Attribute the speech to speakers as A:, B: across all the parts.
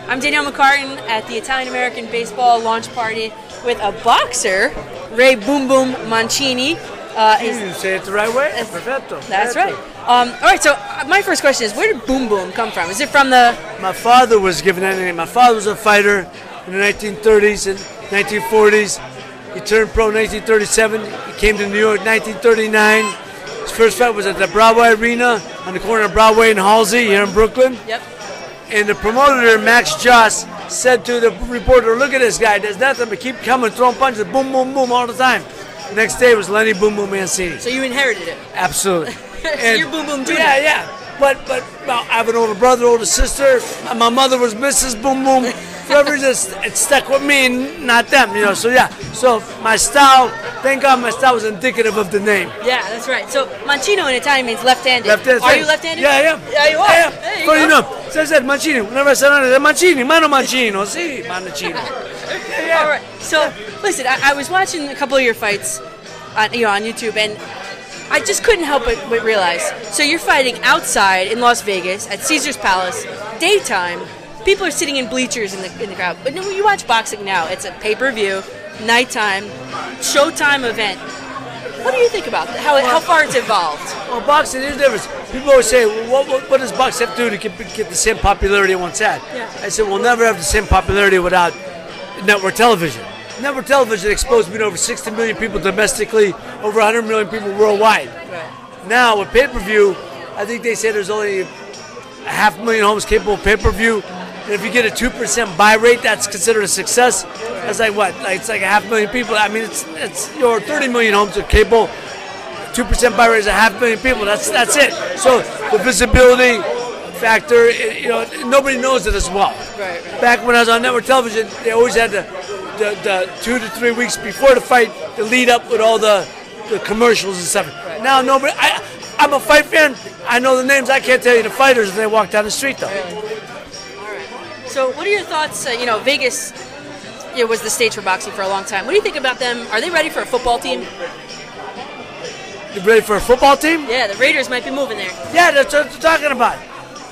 A: I'm Danielle McCartan at the Italian American Baseball launch party with a boxer, Ray Boom Boom Mancini. Uh,
B: You
A: he's-
B: didn't say it the right way.
A: That's-
B: Perfetto.
A: that's right.
B: perfetto.
A: Um, all right, so uh, my first question is where did Boom Boom come from? Is it from the.
B: My father was given that name. My father was a fighter in the 1930s and 1940s. He turned pro in 1937. He came to New York in 1939. His first fight was at the Broadway Arena on the corner of Broadway and Halsey here in Brooklyn.
A: Yep.
B: And the promoter, Max Joss, said to the reporter, Look at this guy, does nothing but keep coming, throwing punches, boom, boom, boom, all the time. The next day was Lenny Boom Boom Mancini.
A: So you inherited it.
B: Absolutely.
A: you're Boom Boom Junior.
B: Yeah, yeah. But but well, I have an older brother, older sister. My mother was Mrs. Boom Boom. Forever just it stuck with me and not them, you know. So yeah. So my style, thank God, my style was indicative of the name.
A: Yeah, that's right. So Mancino in Italian means left handed.
B: Left-handed.
A: Are you left handed?
B: Yeah, I am.
A: Yeah, you are.
B: I am.
A: There you
B: Funny
A: go.
B: enough, so I said Mancini. Whenever I said I said Mancini, mano Mancino, si, Mancino. Yeah, yeah.
A: All right. So listen, I, I was watching a couple of your fights on you know on YouTube, and I just couldn't help but, but realize. So you're fighting outside in Las Vegas at Caesar's Palace, daytime. People are sitting in bleachers in the in the crowd. But when you watch boxing now, it's a pay per view, nighttime, showtime event. What do you think about that? How, it- how far it's evolved?
B: Well, boxing is different. People always say, well, what, what, what does boxing have to do to get, get the same popularity it once had?
A: Yeah.
B: I said, we'll never have the same popularity without network television. Network television exposed me to over 60 million people domestically, over 100 million people worldwide. Now, with pay per view, I think they say there's only a half million homes capable of pay per view. And if you get a 2% buy rate, that's considered a success. That's like what? Like, it's like a half million people. I mean, it's, it's your 30 million homes are capable two percent buy rate is a half million people. That's that's it. So the visibility factor, it- you know, nobody knows it as well.
A: Right, right.
B: Back when I was on network television, they always had the, the, the two to three weeks before the fight, the lead up with all the, the commercials and stuff. Now nobody. I, I'm a fight fan. I know the names. I can't tell you the fighters if they walk down the street though.
A: So what are your thoughts? Uh, you know, Vegas. you know, was the stage for boxing for a long time. What do you think about them? Are they ready for a football team?
B: You ready for a football team?
A: Yeah, the Raiders might be moving there.
B: Yeah, that's what I'm talking about.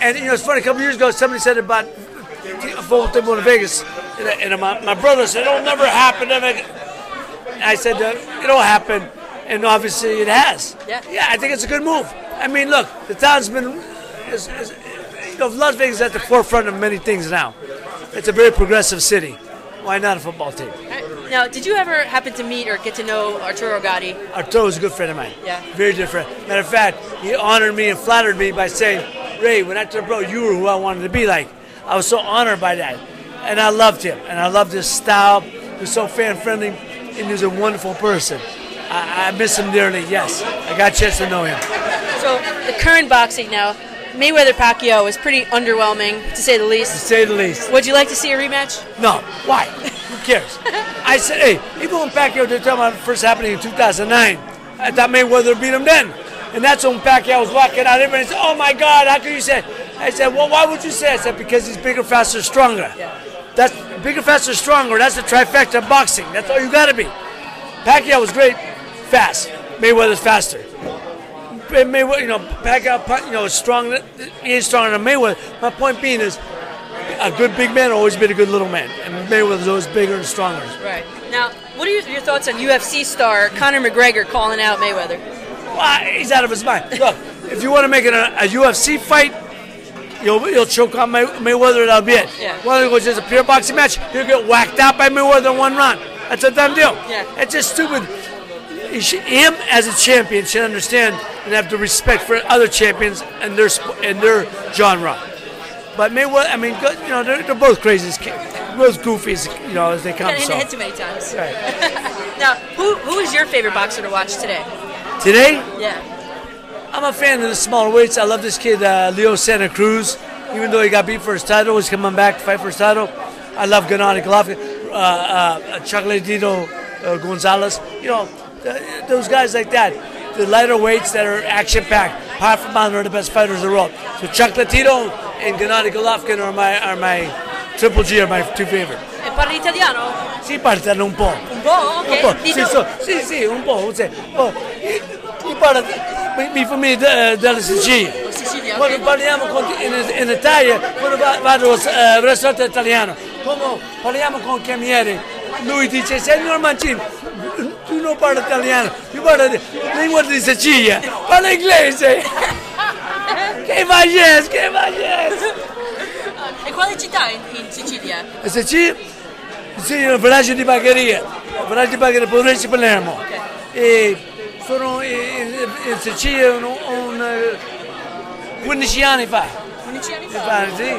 B: And you know, it's funny. A couple years ago, somebody said about a football team going to Vegas, and, and my, my brother said, "It'll never happen." And I, I said, uh, "It'll happen," and obviously, it has.
A: Yeah.
B: Yeah, I think it's a good move. I mean, look, the town's been, is, is, you know, Las Vegas is at the forefront of many things now. It's a very progressive city. Why not a football team?
A: Alright. Now, did you ever happen to meet or get to know Arturo Gotti?
B: Arturo's a good friend of mine.
A: Yeah.
B: Very good friend. Matter of fact, he honored me and flattered me by saying, Ray, when I turned pro, you were who I wanted to be like. I was so honored by that. And I loved him. And I loved his style. He was so fan friendly. And he was a wonderful person. I, I miss him dearly, yes. I got a chance to know him.
A: So, the current boxing now, Mayweather Pacquiao is pretty underwhelming, to say the
B: To
A: least.
B: say the least.
A: Would you like to see a rematch?
B: No. Why? Who cares? I said, hey, even when Pacquiao did tell me first happening in 2009, I thought Mayweather beat him then. And that's when Pacquiao was walking out. Everybody said, oh my God, how could you say? I said, well, why would you say? I said, because he's bigger, faster, stronger.
A: Yeah.
B: That's bigger, faster, stronger. That's the trifecta of boxing. That's all you got to be. Pacquiao was great, fast. Mayweather's faster. May- Mayweather, you know, Pacquiao, pu- you know, is strong. He is stronger than Mayweather. My point being is, a good big man always been a good little man, and Mayweather's always bigger and stronger.
A: Right. Now, what are your, your thoughts on UFC star Conor McGregor calling out Mayweather?
B: Well, he's out of his mind. Look, if you want to make it a, a UFC fight, you'll you'll choke on May, Mayweather, and that'll be it.
A: Yeah.
B: Whether it was just a pure boxing match, you'll get whacked out by Mayweather in one round. That's a done deal.
A: Yeah.
B: It's just stupid. He should, him as a champion should understand and have the respect for other champions and their sp- and their genre. But Mayweather, I mean, go- you know, they're, they're both crazy, as ki- both goofy, as, you know, as they come.
A: Got hit
B: so.
A: the head too many times.
B: Right.
A: Now, who, who is your favorite boxer to watch today?
B: Today,
A: Yeah.
B: I'm a fan of the smaller weights. I love this kid, uh, Leo Santa Cruz. Even though he got beat for his title, he's coming back to fight for his title. I love Gennady Golovkin, uh, uh, Chocolatito uh, Gonzalez. You know, th- those guys like that. The lighter weights that are action-packed, pound for pound, are the best fighters in the world. So Chocolatito and Gennady Golovkin are my are my Triple G are my two favorite.
A: E parli italiano?
B: Si partono un po'.
A: Un po', ok.
B: Un po',
A: Di
B: sì,
A: dove-
B: so- sì, sì, un po', cioè, oh, mi, mi parla, mi, mi fa mi dare la Sicilia.
A: Sì, Sicilia,
B: Quando
A: ok.
B: parliamo con- in, in Italia, quando va- vado al eh, ristorante italiano, come parliamo con il cameriere, lui dice, signor Mancini, tu non parli italiano, tu parli la lingua di Sicilia, parla inglese. che magliese, che magliese.
A: E quale città in, in Sicilia?
B: A Sicilia, sì, il villaggio di Bagheria, il villaggio di Bagheria, provincia di Palermo. E sono in, in- in Sicilia un- un, eh, 15 anni fa.
A: 15 anni
B: It's
A: fa.
B: about a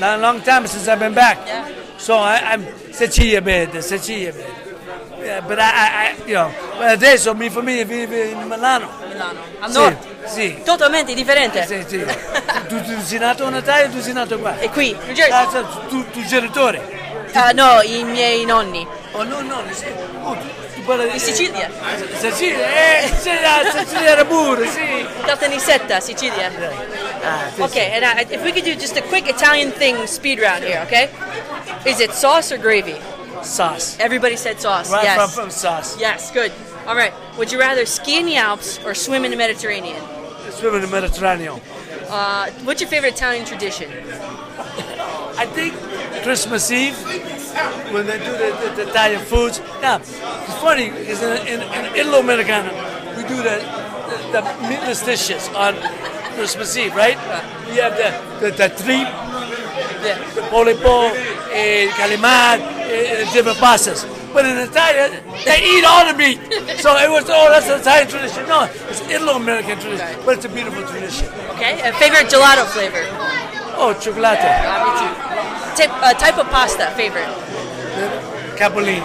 B: long, long time since I've been back.
A: Yeah.
B: So I, I'm Sicilia bed, Sicilia bed. Yeah, but I, I, I, you know, but adesso mi famiglia vive in Milano.
A: Milano. A
B: Sì,
A: nord.
B: sì,
A: Totalmente differente.
B: sì, sì. Tu, tu sei nato in Italia o tu sei nato qua?
A: E qui, New Jersey.
B: Ah, so, tu, tu genitore?
A: Ah, no, i miei nonni.
B: Oh no, no, sì. Oh, tu, tu parli
A: In Sicilia.
B: Eh, Sicilia, eh, Sicilia, Sicilia era pure, sì.
A: Caltanissetta, Sicilia.
B: Ah, sì,
A: Okay, and I, if we could do just a quick Italian thing speed round here, okay? Is it sauce or gravy?
B: Sauce.
A: Everybody said sauce.
B: Right
A: yes.
B: from, from sauce.
A: Yes, good. All right. Would you rather ski in the Alps or swim in the Mediterranean?
B: Swim in the Mediterranean.
A: Uh, what's your favorite Italian tradition?
B: I think Christmas Eve, when they do the, the, the Italian foods. Now, it's funny because in, in, in Italo Americano, we do the, the, the meatless dishes on Christmas Eve, right? We have the, the, the trip, the polipo, eh, calamari, eh, eh, different pastas. But in Italy, they eat all the meat. So it was, oh, that's an Italian tradition. No, it's Italo American tradition,
A: Right.
B: but it's a beautiful tradition.
A: Okay. Uh, favorite gelato flavor?
B: Oh, chocolate,
A: Uh, me too. Tip, uh, type of pasta favorite?
B: capolini.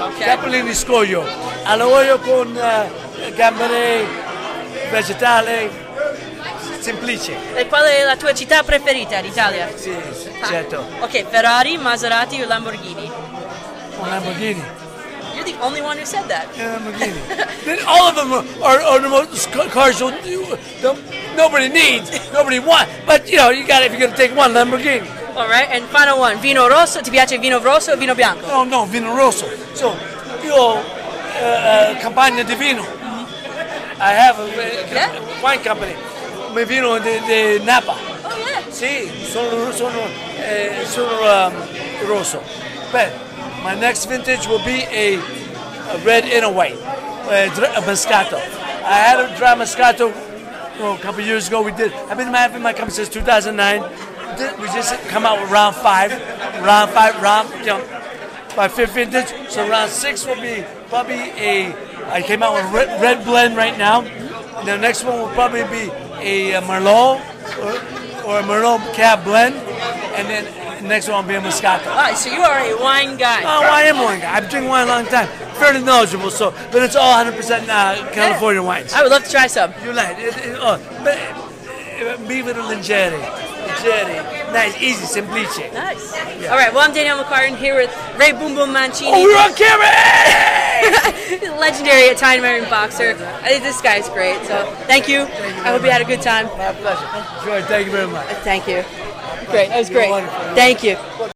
A: Okay.
B: Capolini scoglio, all'olio con eh, gamberi, vegetale, semplice.
A: E qual è la tua città preferita d'Italia?
B: Sì, certo.
A: Okay, Ferrari, Maserati or Lamborghini?
B: Un Lamborghini.
A: You're the only one who said that.
B: Un Lamborghini. Then all of them are, are the most ca- cars you, you, the, nobody needs, nobody wants. But you know, you got if you're gonna take one Lamborghini.
A: All right, and final one, vino rosso. Ti piace il vino rosso o vino bianco?
B: No, no, vino rosso. So io eh, eh, campagna di vino. I have a eh,
A: Yeah?
B: wine company. Mi vino di, di Napa.
A: Oh yeah.
B: Sì, sono, sono, eh, sono um, rosso. Beh, my next vintage will be a, a red and a white, a, dr- a Moscato. I had a dry Moscato well, a couple years ago. We did. I've been having my company since 2009. We did- We just come out with round five, round five, round you know, my fifth vintage. So round six will be probably a. I came out with red, red blend right now. The next one will probably be a, uh Merlot or, or a Merlot Cab blend, and then next one will be a Moscato.
A: All right, so you are a wine guy.
B: Oh, I am one guy. I've drinking wine a long time. Fairly knowledgeable, so but it's all 100% uh, California wines.
A: I would love to try some.
B: You like it? it oh, but, uh, Bivino leggeri, leggeri, nice, easy, semplice.
A: Nice. All right, well I'm Danielle McCartan here with Ray Boom Boom Mancini,
B: Oh, we're on camera!
A: legendary Italian American boxer. I think this guy's great. So thank you. I hope you had a good time.
B: My pleasure. George, thank you very much.
A: Thank you. Great. That was
B: You're
A: great.
B: wonderful.
A: Thank you.
B: Well,